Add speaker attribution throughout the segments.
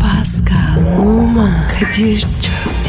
Speaker 1: Pascal, Oman, Kadir çok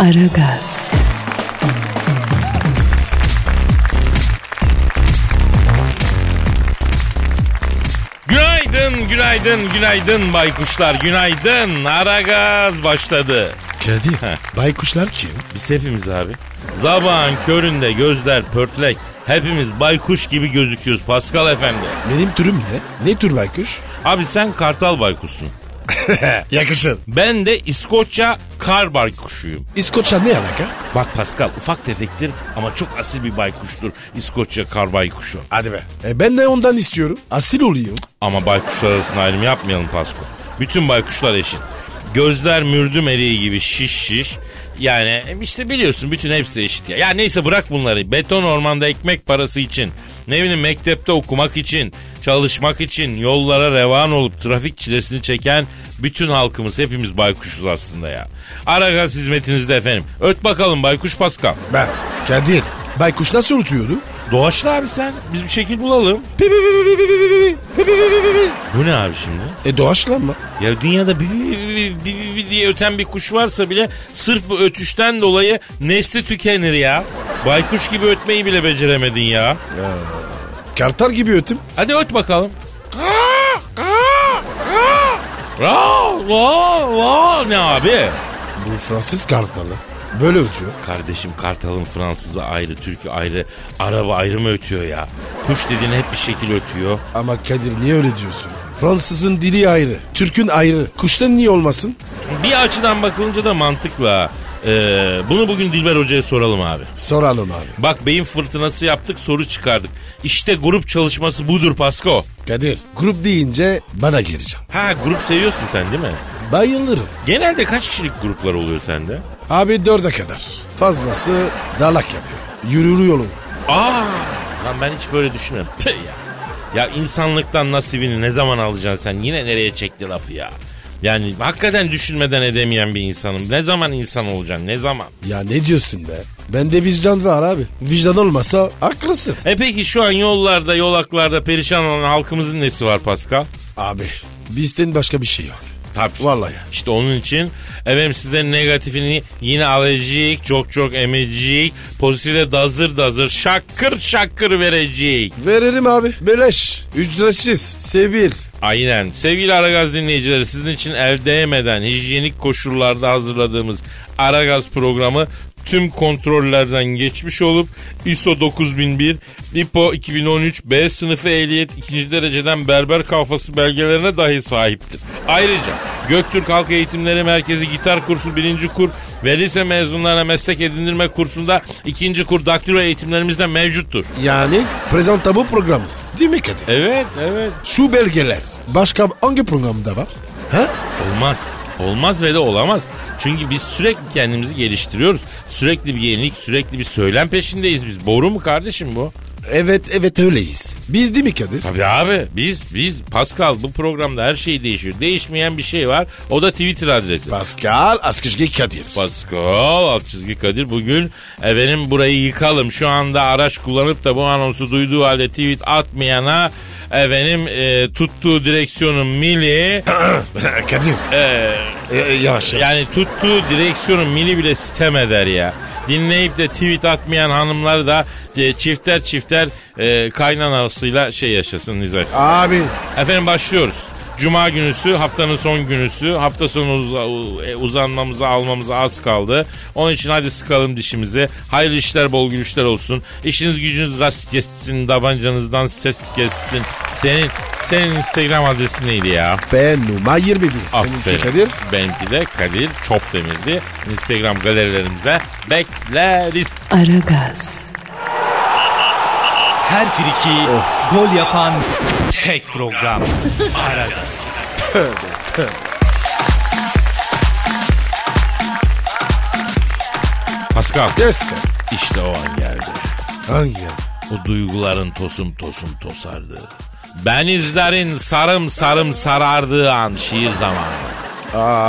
Speaker 1: Aragaz,
Speaker 2: Günaydın, günaydın, günaydın baykuşlar, günaydın. Ara gaz başladı.
Speaker 3: Kadir.
Speaker 2: Heh.
Speaker 3: Baykuşlar kim?
Speaker 2: Biz hepimiz abi. Zabağın köründe gözler pörtlek. Hepimiz baykuş gibi gözüküyoruz Pascal efendi.
Speaker 3: Benim türüm ne? Ne tür baykuş?
Speaker 2: Abi sen kartal baykusun.
Speaker 3: Yakışır.
Speaker 2: Ben de İskoçya kar baykuşuyum.
Speaker 3: İskoçya ne alaka?
Speaker 2: Bak Pascal ufak tefektir ama çok asil bir baykuştur İskoçya kar baykuşu.
Speaker 3: Hadi be. E ben de ondan istiyorum. Asil olayım.
Speaker 2: Ama baykuşlar arasında ayrım yapmayalım Pasko. Bütün baykuşlar eşit. Gözler mürdüm eriği gibi şiş şiş. Yani e, işte biliyorsun bütün hepsi eşit ya. Ya neyse bırak bunları. Beton ormanda ekmek parası için, ne bileyim mektepte okumak için, çalışmak için, yollara revan olup trafik çilesini çeken bütün halkımız hepimiz baykuşuz aslında ya. Aragaz hizmetinizde efendim. Öt bakalım baykuş Pascal.
Speaker 3: Ben. Kadir. Baykuş nasıl unutuyordu?
Speaker 2: Doğaçla abi sen. Biz bir şekil bulalım. Bu ne abi şimdi?
Speaker 3: E doğaçlanma.
Speaker 2: Ya dünyada bi- bi- bi- bi- bi- diye öten bir kuş varsa bile sırf bu ötüşten dolayı nesli tükenir ya. Baykuş gibi ötmeyi bile beceremedin ya.
Speaker 3: Kartal gibi ötüm.
Speaker 2: Hadi öt bakalım. Ra, ra, ra. Ne abi?
Speaker 3: Bu Fransız kartalı. Böyle ötüyor.
Speaker 2: Kardeşim Kartal'ın Fransızı ayrı, Türk'ü ayrı, Araba ayrı mı ötüyor ya? Kuş dediğin hep bir şekil ötüyor.
Speaker 3: Ama Kadir niye öyle diyorsun? Fransızın dili ayrı. Türk'ün ayrı. Kuştan niye olmasın?
Speaker 2: Bir açıdan bakılınca da mantıkla. bunu bugün Dilber Hoca'ya soralım abi.
Speaker 3: Soralım abi.
Speaker 2: Bak beyin fırtınası yaptık soru çıkardık. İşte grup çalışması budur Pasko.
Speaker 3: Kadir. Grup deyince bana geleceğim.
Speaker 2: Ha grup seviyorsun sen değil mi?
Speaker 3: Bayılırım.
Speaker 2: Genelde kaç kişilik gruplar oluyor sende?
Speaker 3: Abi dörde kadar. Fazlası dalak yapıyor. Yürür yolum.
Speaker 2: Aa! Lan ben hiç böyle düşünmem. Tüh ya. Ya insanlıktan nasibini ne zaman alacaksın sen? Yine nereye çekti lafı ya? Yani hakikaten düşünmeden edemeyen bir insanım. Ne zaman insan olacaksın? Ne zaman?
Speaker 3: Ya ne diyorsun be? Bende vicdan var abi. Vicdan olmasa haklısın.
Speaker 2: E peki şu an yollarda, yolaklarda perişan olan halkımızın nesi var Pascal?
Speaker 3: Abi bizden başka bir şey yok.
Speaker 2: Tabii.
Speaker 3: Vallahi.
Speaker 2: İşte onun için efendim sizden negatifini yine alacak, çok çok emecek, pozitife dazır dazır, şakır şakır verecek.
Speaker 3: Veririm abi. Beleş. Ücretsiz. Sevil.
Speaker 2: Aynen. Sevgili Aragaz dinleyicileri sizin için el değmeden hijyenik koşullarda hazırladığımız Aragaz programı tüm kontrollerden geçmiş olup ISO 9001, IPO 2013, B sınıfı ehliyet 2. dereceden berber kafası belgelerine dahi sahiptir. Ayrıca Göktürk Halk Eğitimleri Merkezi gitar kursu 1. kur ve lise mezunlarına meslek edindirme kursunda 2. kur daktilo eğitimlerimizde mevcuttur.
Speaker 3: Yani prezenta bu programımız. Değil mi Kadir?
Speaker 2: Evet, evet.
Speaker 3: Şu belgeler. Başka hangi programda var? Ha?
Speaker 2: Olmaz. Olmaz ve de olamaz. Çünkü biz sürekli kendimizi geliştiriyoruz. Sürekli bir yenilik, sürekli bir söylem peşindeyiz biz. Boru mu kardeşim bu?
Speaker 3: Evet evet öyleyiz. Biz değil mi Kadir?
Speaker 2: Tabii abi. Biz, biz Pascal bu programda her şey değişiyor. Değişmeyen bir şey var. O da Twitter adresi.
Speaker 3: Pascal Askışgi Kadir.
Speaker 2: Pascal alt çizgi Kadir bugün efendim burayı yıkalım. Şu anda araç kullanıp da bu anonsu duyduğu halde tweet atmayana efendim e, tuttuğu direksiyonun mili
Speaker 3: Kadir.
Speaker 2: e,
Speaker 3: e, e, yavaş yavaş.
Speaker 2: Yani tuttuğu direksiyonun mili bile sitem eder ya. Dinleyip de tweet atmayan hanımlar da e, çifter çifter e, kaynanasıyla şey yaşasın Nizar.
Speaker 3: Abi
Speaker 2: Efendim başlıyoruz. Cuma günüsü haftanın son günüsü. Hafta sonu uza- e, uzanmamıza almamıza az kaldı. Onun için hadi sıkalım dişimizi. Hayırlı işler bol gülüşler olsun. İşiniz gücünüz rast kessin. Tabancanızdan ses kessin. Senin senin Instagram adresin neydi ya?
Speaker 3: ben numara 21.
Speaker 2: Aferin.
Speaker 3: Seninki Kadir.
Speaker 2: Benimki de Kadir Çopdemir'di. Instagram galerilerimize bekleriz.
Speaker 1: Aragaz,
Speaker 4: Her friki gol yapan tek program. Aragaz.
Speaker 2: Pascal
Speaker 3: Yes sir.
Speaker 2: işte o an geldi.
Speaker 3: Hangi ya?
Speaker 2: O duyguların tosum tosum tosardığı. Benizlerin sarım sarım sarardığı an şiir zamanı.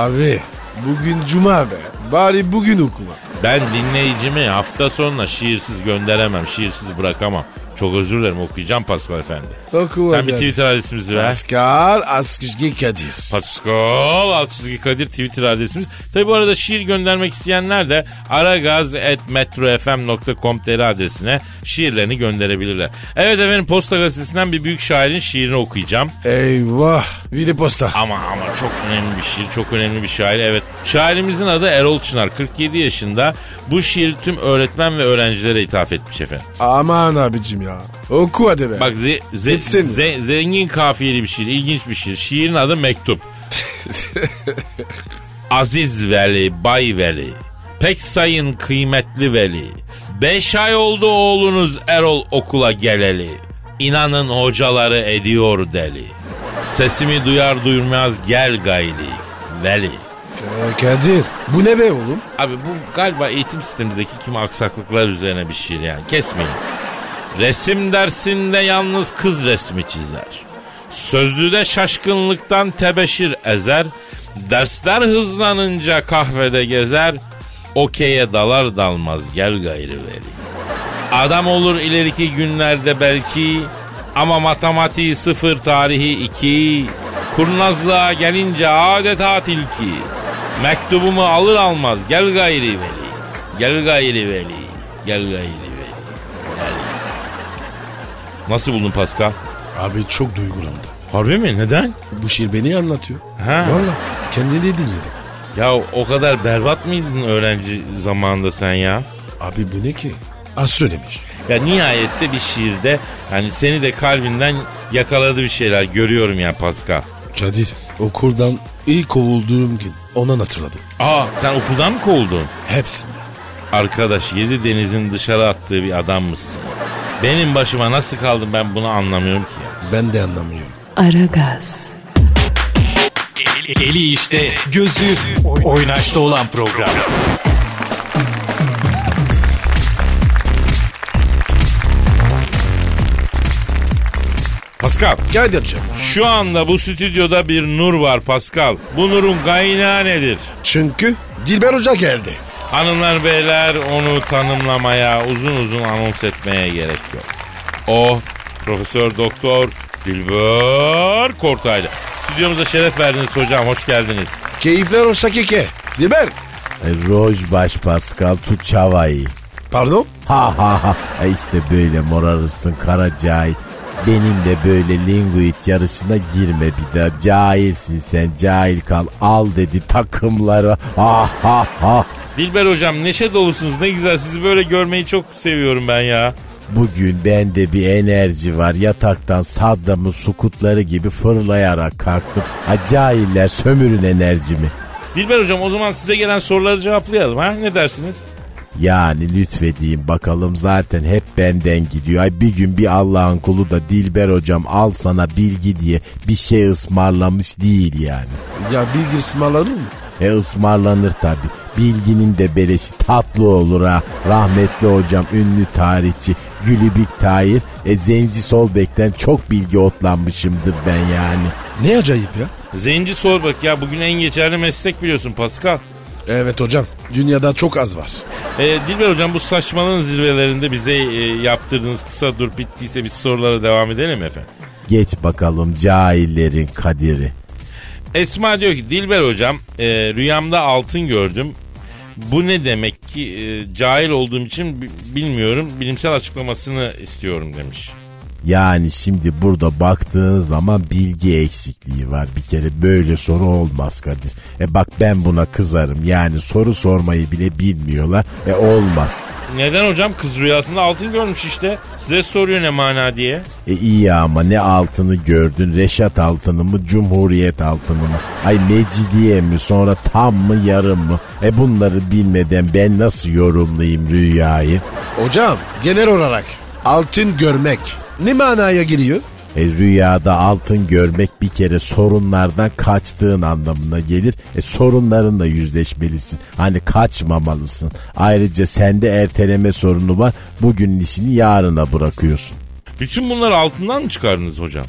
Speaker 3: Abi bugün cuma be. Bari bugün okuma.
Speaker 2: Ben dinleyicimi hafta sonuna şiirsiz gönderemem, şiirsiz bırakamam. Çok özür dilerim okuyacağım Pascal Efendi.
Speaker 3: Oku
Speaker 2: Sen bir Twitter adresimizi ver.
Speaker 3: Askar Askışgi Kadir.
Speaker 2: Pascal Altçizgi Kadir Twitter adresimiz. Tabi bu arada şiir göndermek isteyenler de aragaz.metrofm.com.tr adresine şiirlerini gönderebilirler. Evet efendim Posta Gazetesi'nden bir büyük şairin şiirini okuyacağım.
Speaker 3: Eyvah. Bir de posta.
Speaker 2: Ama ama çok önemli bir şiir, çok önemli bir şair. Evet. Şairimizin adı Erol Çınar. 47 yaşında. Bu şiir tüm öğretmen ve öğrencilere ithaf etmiş efendim.
Speaker 3: Aman abicim ya. Oku hadi be.
Speaker 2: Bak ze- ze-
Speaker 3: Bitsin.
Speaker 2: ze- zengin kafiyeli bir şiir, ilginç bir şiir. Şiirin adı Mektup. Aziz Veli, Bay Veli, pek sayın kıymetli Veli. Beş ay oldu oğlunuz Erol okula geleli. İnanın hocaları ediyor deli. Sesimi duyar duymaz gel gayli, Veli.
Speaker 3: Ee, Kadir. Bu ne be oğlum?
Speaker 2: Abi bu galiba eğitim sistemimizdeki kimi aksaklıklar üzerine bir şiir yani kesmeyin. Resim dersinde yalnız kız resmi çizer. Sözlüde şaşkınlıktan tebeşir ezer. Dersler hızlanınca kahvede gezer. Okey'e dalar dalmaz gel gayrı veri. Adam olur ileriki günlerde belki ama matematiği sıfır tarihi iki. Kurnazlığa gelince adeta tilki. Mektubumu alır almaz gel gayri veli. Gel gayri veli. Gel gayri veli. Gel. Nasıl buldun Pascal?
Speaker 3: Abi çok duygulandı.
Speaker 2: Harbi mi? Neden?
Speaker 3: Bu şiir beni anlatıyor.
Speaker 2: Ha.
Speaker 3: Valla kendini dinledim.
Speaker 2: Ya o kadar berbat mıydın öğrenci zamanında sen ya?
Speaker 3: Abi bu ne ki? Az söylemiş.
Speaker 2: Ya nihayette bir şiirde hani seni de kalbinden yakaladı bir şeyler görüyorum ya Pascal.
Speaker 3: Kadir okuldan ilk kovulduğum gün ondan hatırladım.
Speaker 2: Aa sen okuldan mı kovuldun?
Speaker 3: Hepsinde.
Speaker 2: Arkadaş yedi denizin dışarı attığı bir adammışsın. Benim başıma nasıl kaldım ben bunu anlamıyorum ki. ya.
Speaker 3: Ben de anlamıyorum.
Speaker 1: Aragaz,
Speaker 4: Eli işte, gözü oynaşta olan program.
Speaker 2: Pascal
Speaker 3: Kadir'cim.
Speaker 2: şu anda bu stüdyoda bir nur var Pascal. Bu nurun kaynağı nedir?
Speaker 3: Çünkü Dilber Hoca geldi.
Speaker 2: Hanımlar beyler onu tanımlamaya uzun uzun anons etmeye gerek yok. O Profesör Doktor Dilber Kortaylı. Stüdyomuza şeref verdiniz hocam hoş geldiniz.
Speaker 3: Keyifler o şakike. Dilber.
Speaker 5: E, Roj baş Pascal tu çavayı.
Speaker 3: Pardon.
Speaker 5: Ha ha ha. E işte böyle morarısın kara cahil. Benim de böyle linguit yarışına girme bir daha. Cahilsin sen cahil kal. Al dedi takımları. Ha ha ha.
Speaker 2: Dilber hocam neşe dolusunuz ne güzel sizi böyle görmeyi çok seviyorum ben ya.
Speaker 5: Bugün bende bir enerji var. Yataktan Saddam'ın sukutları gibi fırlayarak kalktım. Acayiller sömürün enerjimi.
Speaker 2: Dilber hocam o zaman size gelen soruları cevaplayalım ha ne dersiniz?
Speaker 5: Yani lütfedeyim bakalım zaten hep benden gidiyor. Ay bir gün bir Allah'ın kulu da Dilber hocam al sana bilgi diye bir şey ısmarlamış değil yani.
Speaker 3: Ya bilgi ısmarladın mı?
Speaker 5: E ısmarlanır tabi. Bilginin de beleşi tatlı olur ha. Rahmetli hocam ünlü tarihçi Gülübik Tahir. E Zenci Solbek'ten çok bilgi otlanmışımdır ben yani.
Speaker 3: Ne acayip ya.
Speaker 2: Zenci sor bak ya bugün en geçerli meslek biliyorsun Pascal.
Speaker 3: Evet hocam. Dünyada çok az var.
Speaker 2: Ee, Dilber hocam bu saçmalığın zirvelerinde bize e, yaptırdığınız kısa dur bittiyse biz sorulara devam edelim mi efendim.
Speaker 5: Geç bakalım cahillerin kadiri.
Speaker 2: Esma diyor ki Dilber hocam e, rüyamda altın gördüm. Bu ne demek ki E, cahil olduğum için bi- bilmiyorum bilimsel açıklamasını istiyorum demiş.
Speaker 5: Yani şimdi burada baktığın zaman bilgi eksikliği var. Bir kere böyle soru olmaz Kadir. E bak ben buna kızarım. Yani soru sormayı bile bilmiyorlar. E olmaz.
Speaker 2: Neden hocam kız rüyasında altın görmüş işte size soruyor ne mana diye.
Speaker 5: E iyi ama ne altını gördün? Reşat altını mı? Cumhuriyet altını mı? Ay Mecidiye mi? Sonra tam mı yarım mı? E bunları bilmeden ben nasıl yorumlayayım rüyayı?
Speaker 3: Hocam genel olarak altın görmek ne manaya geliyor?
Speaker 5: E, rüyada altın görmek bir kere sorunlardan kaçtığın anlamına gelir. E, sorunlarınla yüzleşmelisin. Hani kaçmamalısın. Ayrıca sende erteleme sorunu var. Bugünün işini yarına bırakıyorsun.
Speaker 2: Bütün bunları altından mı çıkardınız hocam?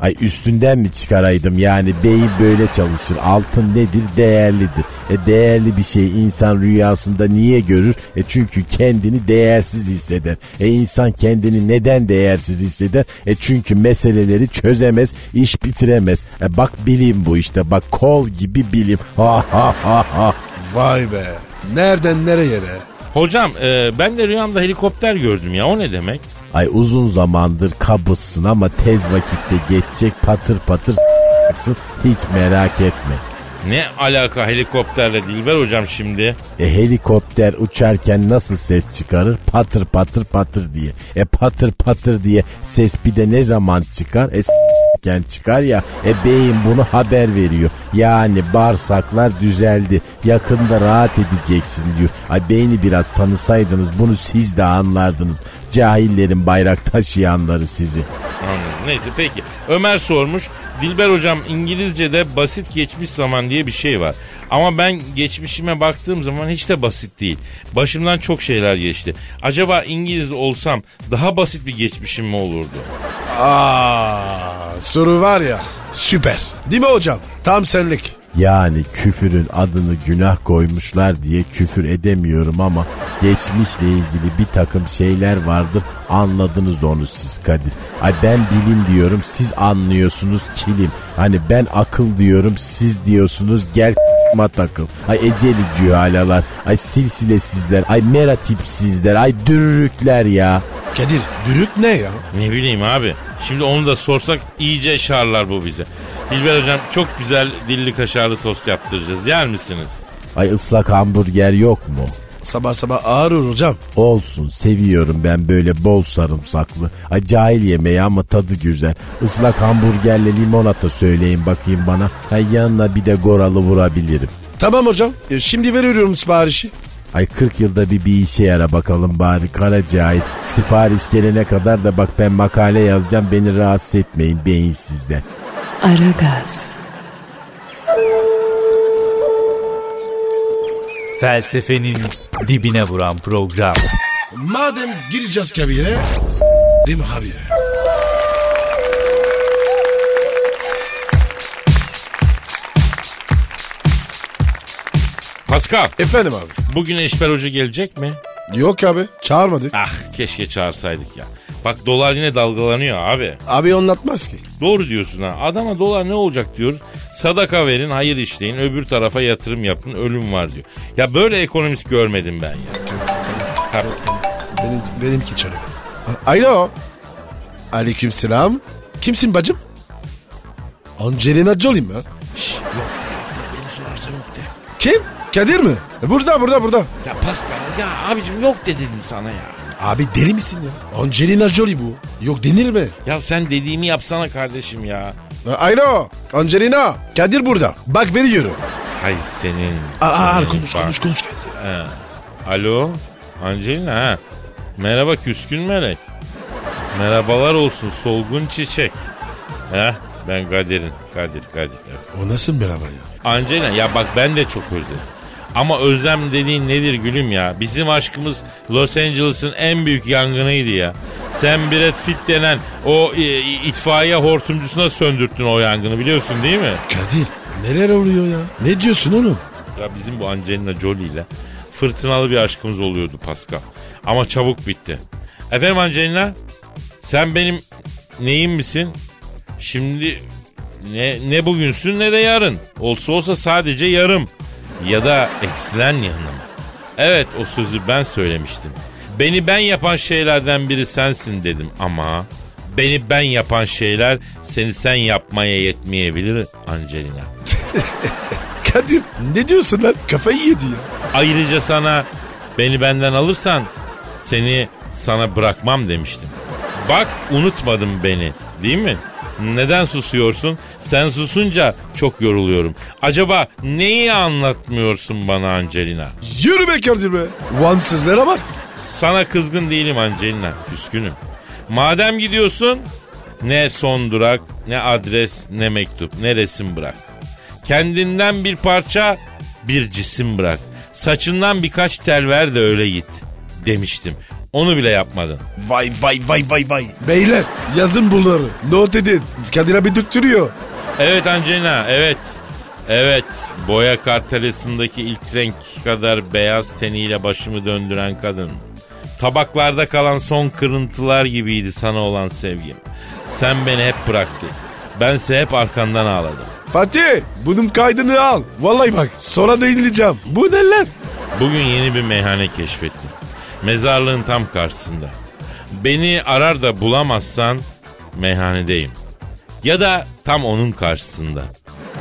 Speaker 5: Ay üstünden mi çıkaraydım yani beyin böyle çalışır. Altın nedir? Değerlidir. E değerli bir şey insan rüyasında niye görür? E çünkü kendini değersiz hisseder. E insan kendini neden değersiz hisseder? E çünkü meseleleri çözemez, iş bitiremez. E bak bilim bu işte bak kol gibi bilim. Ha ha ha ha.
Speaker 3: Vay be. Nereden nereye be?
Speaker 2: Hocam e, ben de rüyamda helikopter gördüm ya o ne demek?
Speaker 5: Ay uzun zamandır kabızsın ama tez vakitte geçecek patır patır s**ksın. hiç merak etme.
Speaker 2: Ne alaka helikopterle Dilber hocam şimdi?
Speaker 5: E helikopter uçarken nasıl ses çıkarır? Patır patır patır diye. E patır patır diye ses bir de ne zaman çıkar? E s**ken çıkar ya. E beyin bunu haber veriyor. Yani bağırsaklar düzeldi. Yakında rahat edeceksin diyor. Ay beyni biraz tanısaydınız bunu siz de anlardınız. Cahillerin bayrak taşıyanları sizi.
Speaker 2: Anladım. Neyse peki. Ömer sormuş. Dilber hocam İngilizce'de basit geçmiş zaman diye bir şey var. Ama ben geçmişime baktığım zaman hiç de basit değil. Başımdan çok şeyler geçti. Acaba İngiliz olsam daha basit bir geçmişim mi olurdu?
Speaker 3: Aa, soru var ya süper. Değil mi hocam? Tam senlik.
Speaker 5: Yani küfürün adını günah koymuşlar diye küfür edemiyorum ama geçmişle ilgili bir takım şeyler vardır anladınız onu siz Kadir. Ay ben bilim diyorum siz anlıyorsunuz kilim. Hani ben akıl diyorum siz diyorsunuz gel ma takıl. Ay eceli cühalalar. Ay silsilesizler. Ay meratipsizler. Ay dürürükler ya.
Speaker 3: Kadir dürük ne ya?
Speaker 2: Ne bileyim abi. Şimdi onu da sorsak iyice şarlar bu bize. Dilber hocam çok güzel dilli kaşarlı tost yaptıracağız. Yer misiniz?
Speaker 5: Ay ıslak hamburger yok mu?
Speaker 3: Sabah sabah ağır hocam.
Speaker 5: Olsun seviyorum ben böyle bol sarımsaklı. Ay cahil yemeği ama tadı güzel. Islak hamburgerle limonata söyleyin bakayım bana. Ha yanına bir de goralı vurabilirim.
Speaker 3: Tamam hocam. E, şimdi veriyorum siparişi.
Speaker 5: Ay 40 yılda bir bir işe yara bakalım bari kara cahil. Sipariş gelene kadar da bak ben makale yazacağım beni rahatsız etmeyin beyinsizden.
Speaker 1: Aragaz,
Speaker 4: Felsefenin dibine vuran program.
Speaker 3: Madem gireceğiz kabire. Değil mi abi?
Speaker 2: Pascal
Speaker 3: Efendim abi.
Speaker 2: bugün Eşber Hoca gelecek mi?
Speaker 3: Yok abi çağırmadık.
Speaker 2: Ah keşke çağırsaydık ya. Bak dolar yine dalgalanıyor abi.
Speaker 3: Abi anlatmaz ki.
Speaker 2: Doğru diyorsun ha. Adama dolar ne olacak diyoruz. Sadaka verin, hayır işleyin, öbür tarafa yatırım yapın, ölüm var diyor. Ya böyle ekonomist görmedim ben ya. Ha,
Speaker 3: Benim, benimki çalıyor. A- Alo. Aleyküm selam. Kimsin bacım? Angelina Jolie mi?
Speaker 2: şş, yok de, yok de, beni sorarsa yok de.
Speaker 3: Kim? Kadir mi? E, Burada burada burada.
Speaker 2: Ya Pascal ya abicim yok de dedim sana ya.
Speaker 3: Abi deli misin ya? Angelina Jolie bu. Yok denir mi?
Speaker 2: Ya sen dediğimi yapsana kardeşim ya.
Speaker 3: A- Alo. Angelina. Kadir burada. Bak veriyorum.
Speaker 2: Hay senin.
Speaker 3: Aa, aa,
Speaker 2: senin
Speaker 3: konuş
Speaker 2: bak.
Speaker 3: konuş konuş Kadir.
Speaker 2: Alo Angelina ha. Merhaba küskün melek. Merhabalar olsun solgun çiçek. Ha ben Kadir'in. Kadir Kadir. evet.
Speaker 3: O nasıl merhaba ya?
Speaker 2: Angelina ya bak ben de çok özledim. Ama özlem dediğin nedir gülüm ya? Bizim aşkımız Los Angeles'ın en büyük yangınıydı ya. Sen Brad Pitt denen o e, itfaiye hortumcusuna söndürttün o yangını biliyorsun değil mi?
Speaker 3: Kadir neler oluyor ya? Ne diyorsun oğlum?
Speaker 2: Ya bizim bu Angelina Jolie ile fırtınalı bir aşkımız oluyordu Pascal. Ama çabuk bitti. Efendim Angelina sen benim neyim misin? Şimdi ne, ne bugünsün ne de yarın. Olsa olsa sadece yarım. Ya da eksilen yanım. Evet o sözü ben söylemiştim. Beni ben yapan şeylerden biri sensin dedim ama beni ben yapan şeyler seni sen yapmaya yetmeyebilir Angelina.
Speaker 3: Kadir ne diyorsun lan? Kafayı yedi ya.
Speaker 2: Ayrıca sana beni benden alırsan seni sana bırakmam demiştim. Bak unutmadın beni değil mi? Neden susuyorsun? Sen susunca çok yoruluyorum. Acaba neyi anlatmıyorsun bana Angelina?
Speaker 3: Yürü be Kadir be. Vansızlara bak.
Speaker 2: Sana kızgın değilim Angelina. Küskünüm. Madem gidiyorsun Ne son durak, ne adres, ne mektup, ne resim bırak. Kendinden bir parça, bir cisim bırak. Saçından birkaç tel ver de öyle git demiştim. Onu bile yapmadın.
Speaker 5: Vay vay vay vay vay.
Speaker 3: Beyler yazın bunları. Not edin. Kadir abi döktürüyor.
Speaker 2: Evet Angelina, evet. Evet, boya kartelesindeki ilk renk kadar beyaz teniyle başımı döndüren kadın. Tabaklarda kalan son kırıntılar gibiydi sana olan sevgim. Sen beni hep bıraktın. Bense hep arkandan ağladım.
Speaker 3: Fatih bunun kaydını al. Vallahi bak sonra da inleyeceğim. Bu ne lan?
Speaker 2: Bugün yeni bir meyhane keşfettim. Mezarlığın tam karşısında. Beni arar da bulamazsan meyhanedeyim. Ya da tam onun karşısında.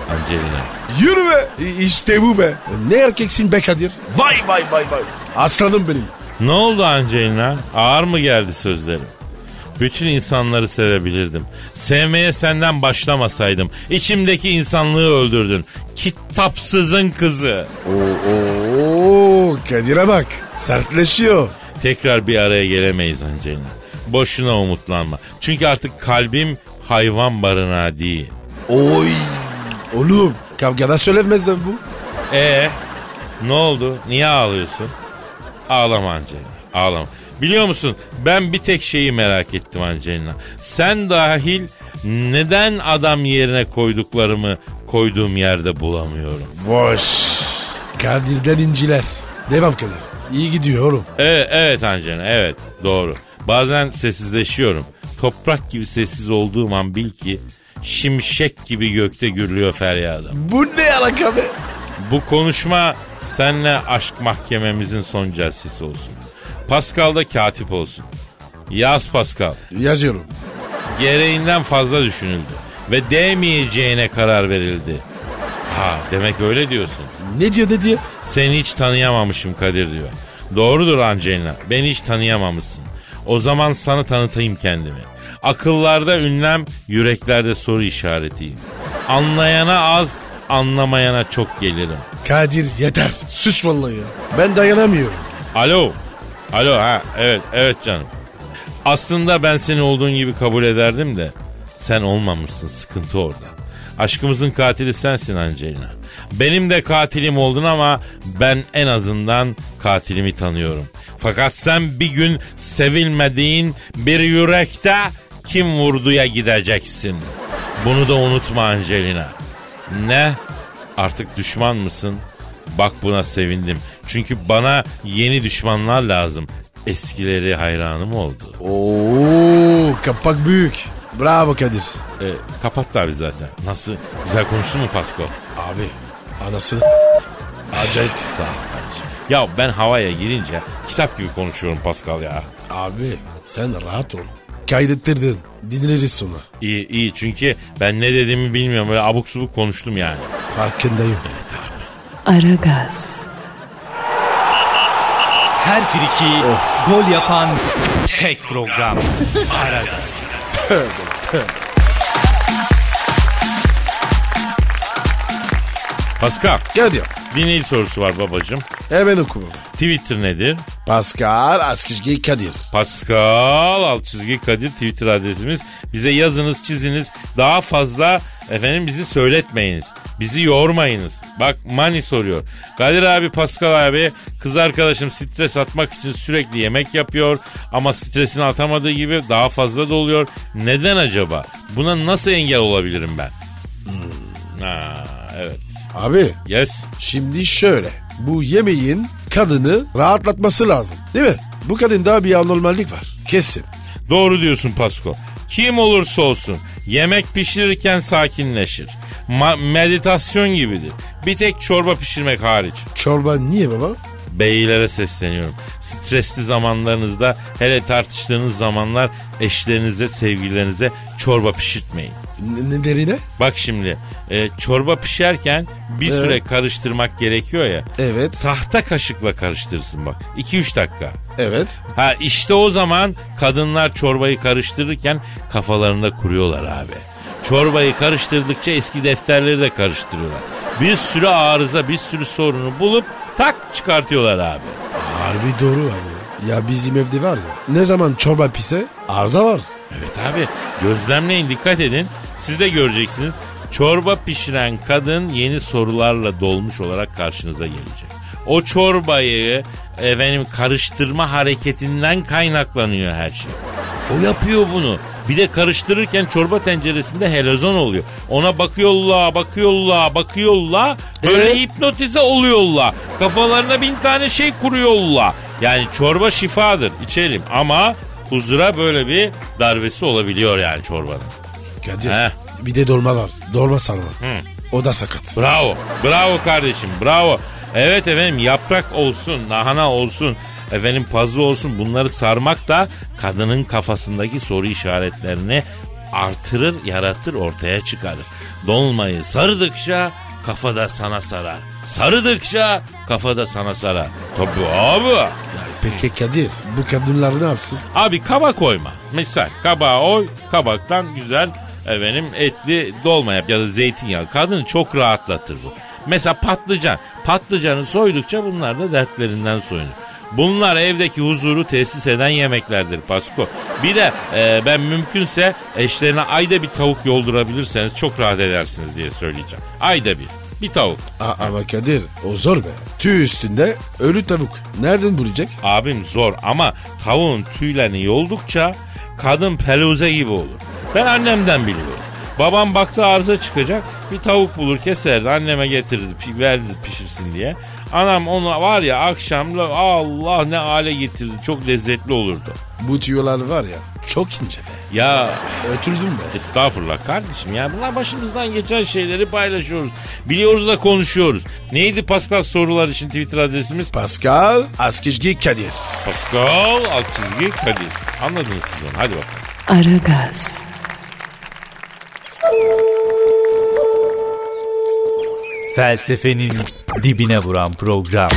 Speaker 2: Angelina.
Speaker 3: Yürü be. İ- İşte bu be. E, Ne erkeksin be Kadir.
Speaker 5: Vay vay vay vay.
Speaker 3: Aslanım benim.
Speaker 2: Ne oldu Angelina? Ağır mı geldi sözlerim? Bütün insanları sevebilirdim. Sevmeye senden başlamasaydım. İçimdeki insanlığı öldürdün. Kitapsızın kızı.
Speaker 3: Oo Kadir'e bak. Sertleşiyor.
Speaker 2: Tekrar bir araya gelemeyiz Angelina. Boşuna umutlanma. Çünkü artık kalbim hayvan barınağı değil.
Speaker 3: Oy. Oğlum kavgada söylenmez de bu.
Speaker 2: Ee, ne oldu? Niye ağlıyorsun? Ağlama Angelina, ağlama. Biliyor musun ben bir tek şeyi merak ettim Angelina. Sen dahil neden adam yerine koyduklarımı koyduğum yerde bulamıyorum?
Speaker 3: Boş. Kadir'den inciler. Devam Kadir. İyi gidiyor oğlum.
Speaker 2: Evet, E, evet Angelina, evet doğru. Bazen sessizleşiyorum. Toprak gibi sessiz olduğum an bil ki şimşek gibi gökte gürlüyor feryadım.
Speaker 3: Bu ne alaka be?
Speaker 2: Bu konuşma senle aşk mahkememizin son celsesi olsun. Pascal da katip olsun. Yaz Pascal.
Speaker 3: Yazıyorum.
Speaker 2: Gereğinden fazla düşünüldü. Ve değmeyeceğine karar verildi. Ha demek öyle diyorsun.
Speaker 3: Ne diyor ne diyor?
Speaker 2: Seni hiç tanıyamamışım Kadir diyor. Doğrudur Angelina. Beni hiç tanıyamamışsın. O zaman sana tanıtayım kendimi. Akıllarda ünlem, yüreklerde soru işaretiyim. Anlayana az, anlamayana çok gelirim.
Speaker 3: Kadir yeter. Sus vallahi ya. Ben dayanamıyorum.
Speaker 2: Alo. Alo ha evet evet canım. Aslında ben seni olduğun gibi kabul ederdim de sen olmamışsın sıkıntı orada. Aşkımızın katili sensin Angelina. Benim de katilim oldun ama ben en azından katilimi tanıyorum. Fakat sen bir gün sevilmediğin bir yürekte kim vurduya gideceksin. Bunu da unutma Angelina. Ne? Artık düşman mısın? Bak buna sevindim. Çünkü bana yeni düşmanlar lazım. Eskileri hayranım oldu.
Speaker 3: Oo kapak büyük. Bravo Kadir.
Speaker 2: E, kapattı abi zaten. Nasıl? Güzel konuştun mu Pasko?
Speaker 3: Abi anasını acayip.
Speaker 2: Sağ ol kardeşim. Ya ben havaya girince kitap gibi konuşuyorum Pascal ya.
Speaker 3: Abi sen rahat ol. Kaydettirdin. Dinleriz sonra.
Speaker 2: İyi iyi çünkü ben ne dediğimi bilmiyorum. Böyle abuk subuk konuştum yani.
Speaker 3: Farkındayım.
Speaker 1: Aragaz,
Speaker 4: Her friki gol yapan tek program. Aragaz.
Speaker 2: Pascal
Speaker 3: Kadir.
Speaker 2: dinleyici sorusu var babacığım.
Speaker 3: Hemen oku baba.
Speaker 2: Twitter nedir?
Speaker 3: Pascal Askizgi Kadir.
Speaker 2: Pascal alt çizgi Kadir Twitter adresimiz. Bize yazınız çiziniz. Daha fazla efendim bizi söyletmeyiniz. Bizi yormayınız. Bak Mani soruyor. Kadir abi Pascal abi kız arkadaşım stres atmak için sürekli yemek yapıyor. Ama stresini atamadığı gibi daha fazla da oluyor. Neden acaba? Buna nasıl engel olabilirim ben? Hmm. Ha, evet.
Speaker 3: Abi
Speaker 2: Yes.
Speaker 3: şimdi şöyle. Bu yemeğin kadını rahatlatması lazım. Değil mi? Bu kadında bir anormallik var. Kesin.
Speaker 2: Doğru diyorsun Pasko. Kim olursa olsun yemek pişirirken sakinleşir. Ma- meditasyon gibidir. Bir tek çorba pişirmek hariç.
Speaker 3: Çorba niye baba?
Speaker 2: Beylere sesleniyorum. Stresli zamanlarınızda hele tartıştığınız zamanlar eşlerinize, sevgililerinize çorba pişirtmeyin.
Speaker 3: N- ne derine?
Speaker 2: Bak şimdi e, çorba pişerken bir
Speaker 3: Evet.
Speaker 2: süre karıştırmak gerekiyor ya.
Speaker 3: Evet.
Speaker 2: Tahta kaşıkla karıştırsın bak. 2-3 dakika.
Speaker 3: Evet.
Speaker 2: Ha işte o zaman kadınlar çorbayı karıştırırken kafalarında kuruyorlar abi. Çorbayı karıştırdıkça eski defterleri de karıştırıyorlar. Bir sürü arıza, bir sürü sorunu bulup tak çıkartıyorlar abi.
Speaker 3: Harbi doğru abi. Ya bizim evde var ya. Ne zaman çorba pise arıza var.
Speaker 2: Evet abi gözlemleyin dikkat edin. Siz de göreceksiniz. Çorba pişiren kadın yeni sorularla dolmuş olarak karşınıza gelecek. O çorbayı efendim karıştırma hareketinden kaynaklanıyor her şey. O yapıyor bunu. Bir de karıştırırken çorba tenceresinde helezon oluyor. Ona bakıyorlar, bakıyorlar, bakıyorlar. Böyle
Speaker 3: Evet.
Speaker 2: hipnotize oluyorlar. Kafalarına bin tane şey kuruyorlar. Yani çorba şifadır. içelim ama huzura böyle bir darbesi olabiliyor yani çorbanın.
Speaker 3: Kadir
Speaker 2: He.
Speaker 3: bir de dolma var. Dolma sarma. O da sakat.
Speaker 2: Bravo. Bravo kardeşim. Bravo. Evet efendim yaprak olsun, nahana olsun, efendim pazı olsun bunları sarmak da kadının kafasındaki soru işaretlerini artırır, yaratır, ortaya çıkarır. Dolmayı sardıkça kafada sana sarar. Sarıdıkça kafada sana sarar. Tabii abi.
Speaker 3: Ya peki Kadir bu kadınlar ne yapsın?
Speaker 2: Abi kaba koyma. Mesela kabağı oy, kabaktan güzel efendim etli dolma yap ya da zeytinyağı. Kadını çok rahatlatır bu. Mesela patlıcan. Patlıcanı soydukça bunlar da dertlerinden soyunur. Bunlar evdeki huzuru tesis eden yemeklerdir Pasko. Bir de e, ben mümkünse eşlerine ayda bir tavuk yoldurabilirseniz çok rahat edersiniz diye söyleyeceğim. Ayda bir. Bir tavuk.
Speaker 3: Aa, ama Kadir o zor be. Tüy üstünde ölü tavuk. Nereden bulacak?
Speaker 2: Abim zor ama tavuğun tüylerini yoldukça kadın peluze gibi olur. Ben annemden biliyorum. Babam baktı arıza çıkacak bir tavuk bulur keserdi anneme getirirdi pi- verirdi pişirsin diye. Anam onu var ya akşamla Allah ne hale getirdi çok lezzetli olurdu.
Speaker 3: Bu tüyolar var ya çok ince be.
Speaker 2: Ya
Speaker 3: Ötüldüm be.
Speaker 2: estağfurullah kardeşim ya bunlar başımızdan geçen şeyleri paylaşıyoruz. Biliyoruz da konuşuyoruz. Neydi Pascal sorular için Twitter adresimiz?
Speaker 3: Pascal Askizgi Kadir.
Speaker 2: Pascal alt çizgi Kadir. Anladınız siz onu hadi bakalım.
Speaker 1: Aragaz,
Speaker 4: Felsefenin dibine vuran program.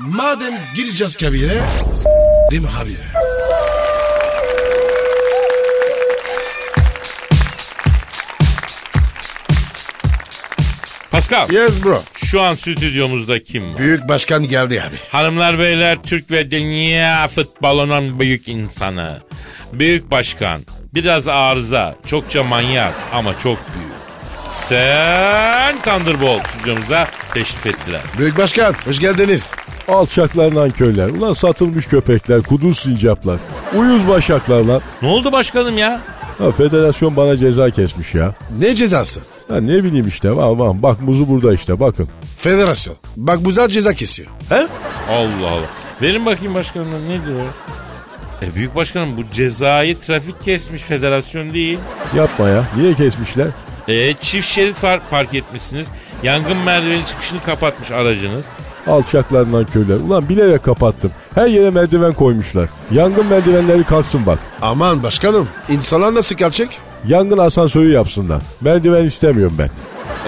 Speaker 3: Madem gireceğiz kabire s**rim abi.
Speaker 2: Pascal
Speaker 3: Yes bro.
Speaker 2: şu an stüdyomuzda kim var?
Speaker 3: Büyük başkan geldi abi.
Speaker 2: Hanımlar beyler Türk ve dünya futbolunun büyük insanı. Büyük başkan. Biraz arıza. Çokça manyak ama çok büyük. Sen Thunderbolt stüdyomuza teşrif ettiler.
Speaker 3: Büyük başkan hoş geldiniz.
Speaker 6: Alçaklar nankörler. Ulan satılmış köpekler, kuduz sincaplar. Uyuz başaklar lan.
Speaker 2: Ne oldu başkanım ya?
Speaker 6: Ha, federasyon bana ceza kesmiş ya.
Speaker 3: Ne cezası?
Speaker 6: Ya ne bileyim işte var var. Bak muzu burada işte bakın.
Speaker 3: Federasyon. Bak bu zar ceza kesiyor. He?
Speaker 2: Allah Allah. Verin bakayım başkanım nedir o? E büyük başkanım bu cezayı trafik kesmiş federasyon değil.
Speaker 6: Yapma ya. Niye kesmişler?
Speaker 2: E çift şerit far- park etmişsiniz. Yangın merdiveni çıkışını kapatmış aracınız.
Speaker 6: Alçaklar nankörler. Ulan bilerek kapattım. Her yere merdiven koymuşlar. Yangın merdivenleri kalksın bak.
Speaker 3: Aman başkanım insanlar nasıl kalacak?
Speaker 6: Yangın asansörü yapsınlar. Merdiven istemiyorum ben.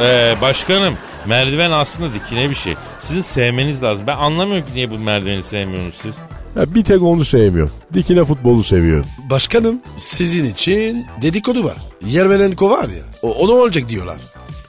Speaker 2: Ee, başkanım merdiven aslında dikine bir şey. Sizin sevmeniz lazım. Ben anlamıyorum ki niye bu merdiveni sevmiyorsunuz siz.
Speaker 6: Ya bir tek onu sevmiyorum. Dikine futbolu seviyorum.
Speaker 3: Başkanım sizin için dedikodu var. Yermelenko var ya o, o ne olacak diyorlar.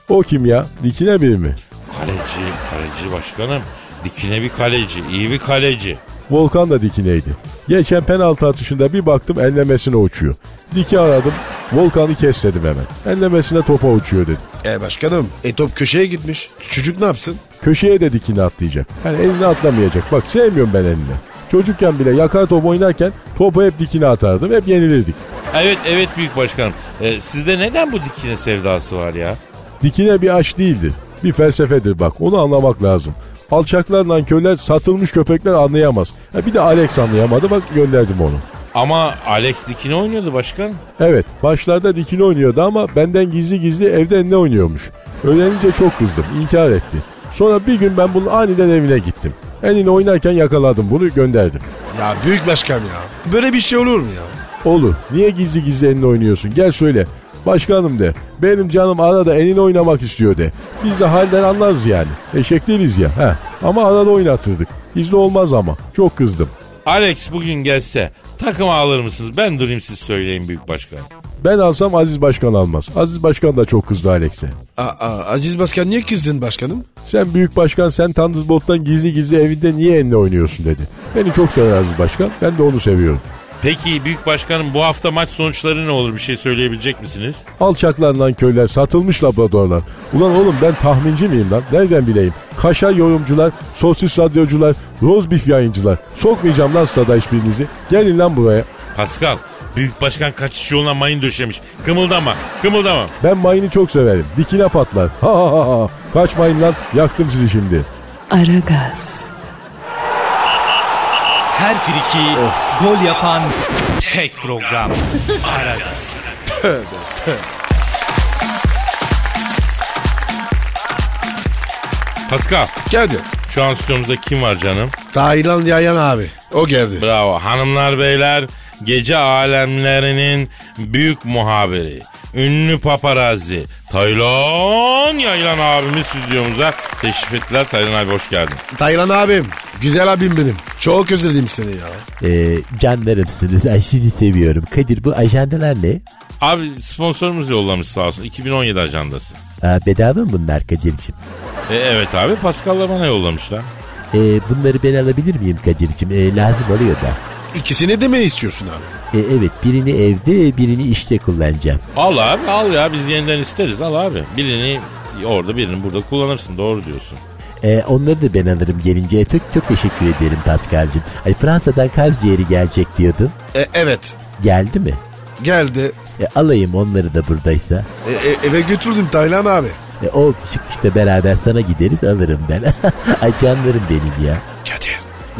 Speaker 6: O kim ya? Dikine biri mi?
Speaker 2: Kaleci, kaleci başkanım. Dikine bir kaleci, iyi bir kaleci.
Speaker 6: Volkan da dikineydi. Geçen penaltı atışında bir baktım enlemesine uçuyor. Diki aradım. Volkan'ı kes dedim hemen. Enlemesine topa uçuyor dedim.
Speaker 3: E başkanım e top köşeye gitmiş. Çocuk ne yapsın?
Speaker 6: Köşeye de dikini atlayacak. Yani eline atlamayacak. Bak sevmiyorum ben elini. Çocukken bile yakar top oynarken topu hep dikine atardım. Hep yenilirdik.
Speaker 2: Evet evet büyük başkanım. Ee, sizde neden bu dikine sevdası var ya?
Speaker 6: Dikine bir aşk değildir. Bir felsefedir bak. Onu anlamak lazım. Alçaklar nankörler satılmış köpekler anlayamaz. Ha bir de Alex anlayamadı bak gönderdim onu.
Speaker 2: Ama Alex dikine oynuyordu başkanım.
Speaker 6: Evet başlarda dikini oynuyordu ama benden gizli gizli evde enine oynuyormuş. Öğrenince çok kızdım inkar etti. Sonra bir gün ben bunun aniden evine gittim. Enine oynarken yakaladım bunu gönderdim.
Speaker 3: Ya büyük başkan ya. Böyle bir şey olur mu ya?
Speaker 6: Olur niye gizli gizli enine oynuyorsun gel söyle. Başkanım de benim canım arada enine oynamak istiyor de. Biz de halden anlarız yani. Eşek değiliz ya. Heh. Ama arada oynatırdık. Gizli olmaz ama. Çok kızdım.
Speaker 2: Alex bugün gelse takımı alır mısınız? Ben durayım siz söyleyin büyük başkanım.
Speaker 6: Ben alsam Aziz Başkan almaz. Aziz Başkan da çok kızdı Alex'e.
Speaker 3: Aa, aa, Aziz Başkan niye kızdın başkanım?
Speaker 6: Sen büyük başkan sen Thunderbolt'tan gizli gizli evinde niye enle oynuyorsun dedi. Beni çok sever Aziz Başkan. Ben de onu seviyorum.
Speaker 2: Peki Büyük Başkanım bu hafta maç sonuçları ne olur bir şey söyleyebilecek misiniz?
Speaker 6: Alçaklarından köyler satılmış labradorlar. Ulan oğlum ben tahminci miyim lan? Nereden bileyim? Kaşar yorumcular, sosis radyocular, roast beef yayıncılar. Sokmayacağım lan stada hiçbirinizi. Gelin lan buraya.
Speaker 2: Pascal Büyük Başkan kaçış yoluna mayın döşemiş. Kımıldama kımıldama.
Speaker 6: Ben mayını çok severim. Dikine patlar. Ha ha ha ha. Kaçmayın lan. Yaktım sizi şimdi.
Speaker 1: Aragaz,
Speaker 4: Her friki gol yapan tek program. Aragaz.
Speaker 2: Pascal
Speaker 3: Geldi.
Speaker 2: şu an stüdyomuzda kim var canım?
Speaker 3: Tayland Yayan abi. O geldi.
Speaker 2: Bravo hanımlar beyler gece alemlerinin büyük muhabiri ünlü paparazzi Taylan Yaylan abimiz stüdyomuza teşrif ettiler. Taylan abi hoş geldin.
Speaker 3: Taylan abim. Güzel abim benim. Çok özledim seni ya.
Speaker 5: Ee, canlarımsınız. Aşırı seviyorum. Kadir bu ajandalar ne?
Speaker 2: Abi sponsorumuz yollamış sağ olsun 2017 ajandası.
Speaker 5: Aa, bedava mı bunlar Kadir'cim?
Speaker 2: E, evet abi Pascal'la bana yollamışlar.
Speaker 5: Ee, bunları ben alabilir miyim Kadir'cim? Ee, lazım oluyor da.
Speaker 3: İkisini de mi istiyorsun abi?
Speaker 5: Ee, evet birini evde birini işte kullanacağım.
Speaker 2: Al abi al ya biz yeniden isteriz al abi. Birini orada birini burada kullanırsın doğru diyorsun.
Speaker 5: Ee, onları da ben alırım gelince. Çok çok teşekkür ederim Pascal'cim. Ay Fransa'dan kaz ciğeri gelecek diyordun.
Speaker 3: E, evet.
Speaker 5: Geldi mi?
Speaker 3: Geldi.
Speaker 5: E, alayım onları da buradaysa.
Speaker 3: E, e, eve götürdüm Taylan abi.
Speaker 5: E, o çıkışta beraber sana gideriz alırım ben. Ay canlarım benim ya.
Speaker 3: Kadir.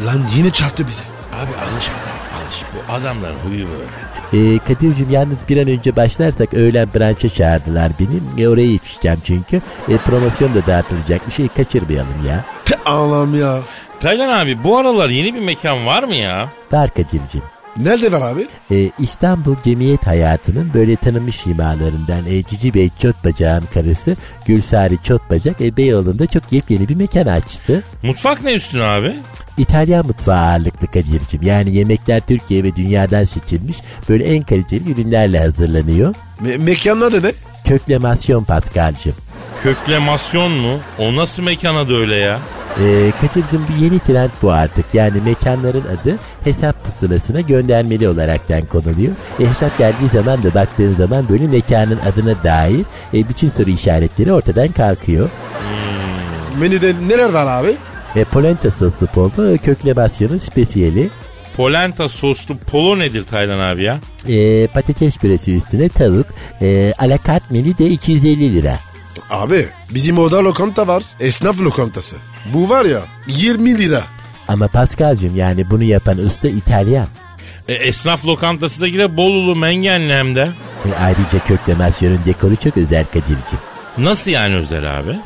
Speaker 3: Lan yine çarptı bize.
Speaker 2: Abi alış alış bu adamların huyu böyle.
Speaker 5: E, Kadir'cim yalnız bir an önce başlarsak öğlen branşa çağırdılar beni. E, oraya yetişeceğim çünkü. E, promosyon da dağıtılacak bir şey kaçırmayalım ya.
Speaker 3: Te Allah'ım ya.
Speaker 2: Taylan abi bu aralar yeni bir mekan var mı ya?
Speaker 5: Var Kadir'cim.
Speaker 3: Nerede var abi?
Speaker 5: E, İstanbul cemiyet hayatının böyle tanınmış simalarından e, Cici Bey Çotbacak'ın karısı Gülsari Çotbacak e, Beyoğlu'nda çok yepyeni bir mekan açtı.
Speaker 2: Mutfak ne üstüne abi?
Speaker 5: İtalyan mutfağı ağırlıklı Kadir'cim. Yani yemekler Türkiye ve dünyadan seçilmiş böyle en kaliteli ürünlerle hazırlanıyor.
Speaker 3: Me mekanın adı ne?
Speaker 5: Köklemasyon Paskal'cım.
Speaker 2: Köklemasyon mu? O nasıl mekan adı öyle ya?
Speaker 5: Ee, Kadir'cim bir yeni trend bu artık. Yani mekanların adı hesap pusulasına göndermeli olaraktan konuluyor. E, hesap geldiği zaman da baktığın zaman böyle mekanın adına dair e, bütün soru işaretleri ortadan kalkıyor.
Speaker 3: Menüde neler var abi?
Speaker 5: E, polenta soslu polpa e, köklemasyonun spesiyeli.
Speaker 2: Polenta soslu polo nedir Taylan abi ya?
Speaker 5: E, patates püresi üstüne tavuk. E, alakart menü de 250 lira.
Speaker 3: Abi bizim orada lokanta var. Esnaf lokantası. Bu var ya 20 lira.
Speaker 5: Ama Paskal'cım yani bunu yapan usta İtalyan.
Speaker 2: E, esnaf lokantası da yine Bolulu Mengenli hem de.
Speaker 5: E, ayrıca köklemasyonun dekoru çok özel Kadir'cim.
Speaker 2: Nasıl yani özel abi?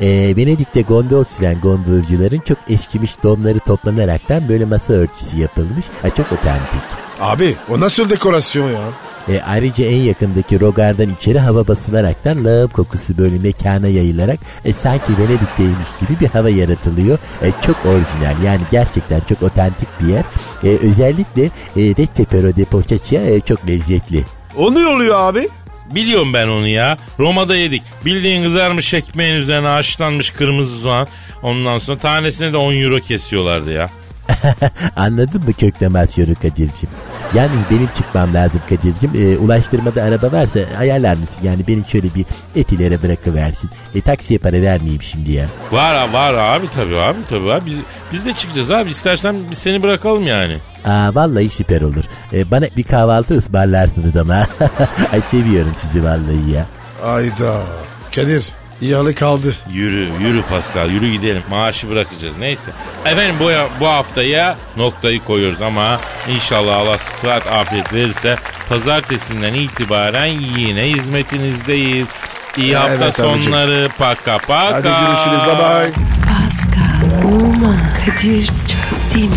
Speaker 5: E, Venedik'te gondol süren gondolcuların çok eskimiş donları toplanaraktan böyle masa örtüsü yapılmış. Ha, çok otantik.
Speaker 3: Abi o nasıl dekorasyon ya?
Speaker 5: E, ayrıca en yakındaki rogardan içeri hava basılaraktan lağım kokusu böyle mekana yayılarak e, sanki Venedik'teymiş gibi bir hava yaratılıyor. E, çok orijinal yani gerçekten çok otantik bir yer. E, özellikle e, Red Pepero de Poçaccia e, çok lezzetli.
Speaker 3: O ne oluyor abi?
Speaker 2: Biliyorum ben onu ya. Roma'da yedik. Bildiğin kızarmış ekmeğin üzerine haşlanmış kırmızı soğan. Ondan sonra tanesine de 10 euro kesiyorlardı ya.
Speaker 5: Anladın mı köklemasyonu Kadir'cim? Yalnız benim çıkmam lazım Kadir'cim. Ee, ulaştırmada araba varsa ayarlar mısın? Yani beni şöyle bir etilere bırakıversin. E, taksiye para vermeyeyim şimdi ya.
Speaker 2: Var var abi tabii abi tabii abi. Biz, biz de çıkacağız abi. İstersen biz seni bırakalım yani.
Speaker 5: Aa vallahi süper olur. Ee, bana bir kahvaltı ısmarlarsınız ama. Ay seviyorum sizi vallahi ya.
Speaker 3: Ayda. Kadir iyi halı kaldı.
Speaker 2: Yürü yürü Pascal yürü gidelim maaşı bırakacağız neyse. Efendim bu, bu haftaya noktayı koyuyoruz ama inşallah Allah sıhhat afiyet verirse pazartesinden itibaren yine hizmetinizdeyiz. İyi hafta
Speaker 3: Evet abicim.
Speaker 2: sonları paka paka.
Speaker 3: Hadi görüşürüz bye bye.
Speaker 1: Pascal, Oman, Kadir çok değil mi?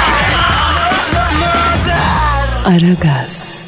Speaker 1: Aragaz.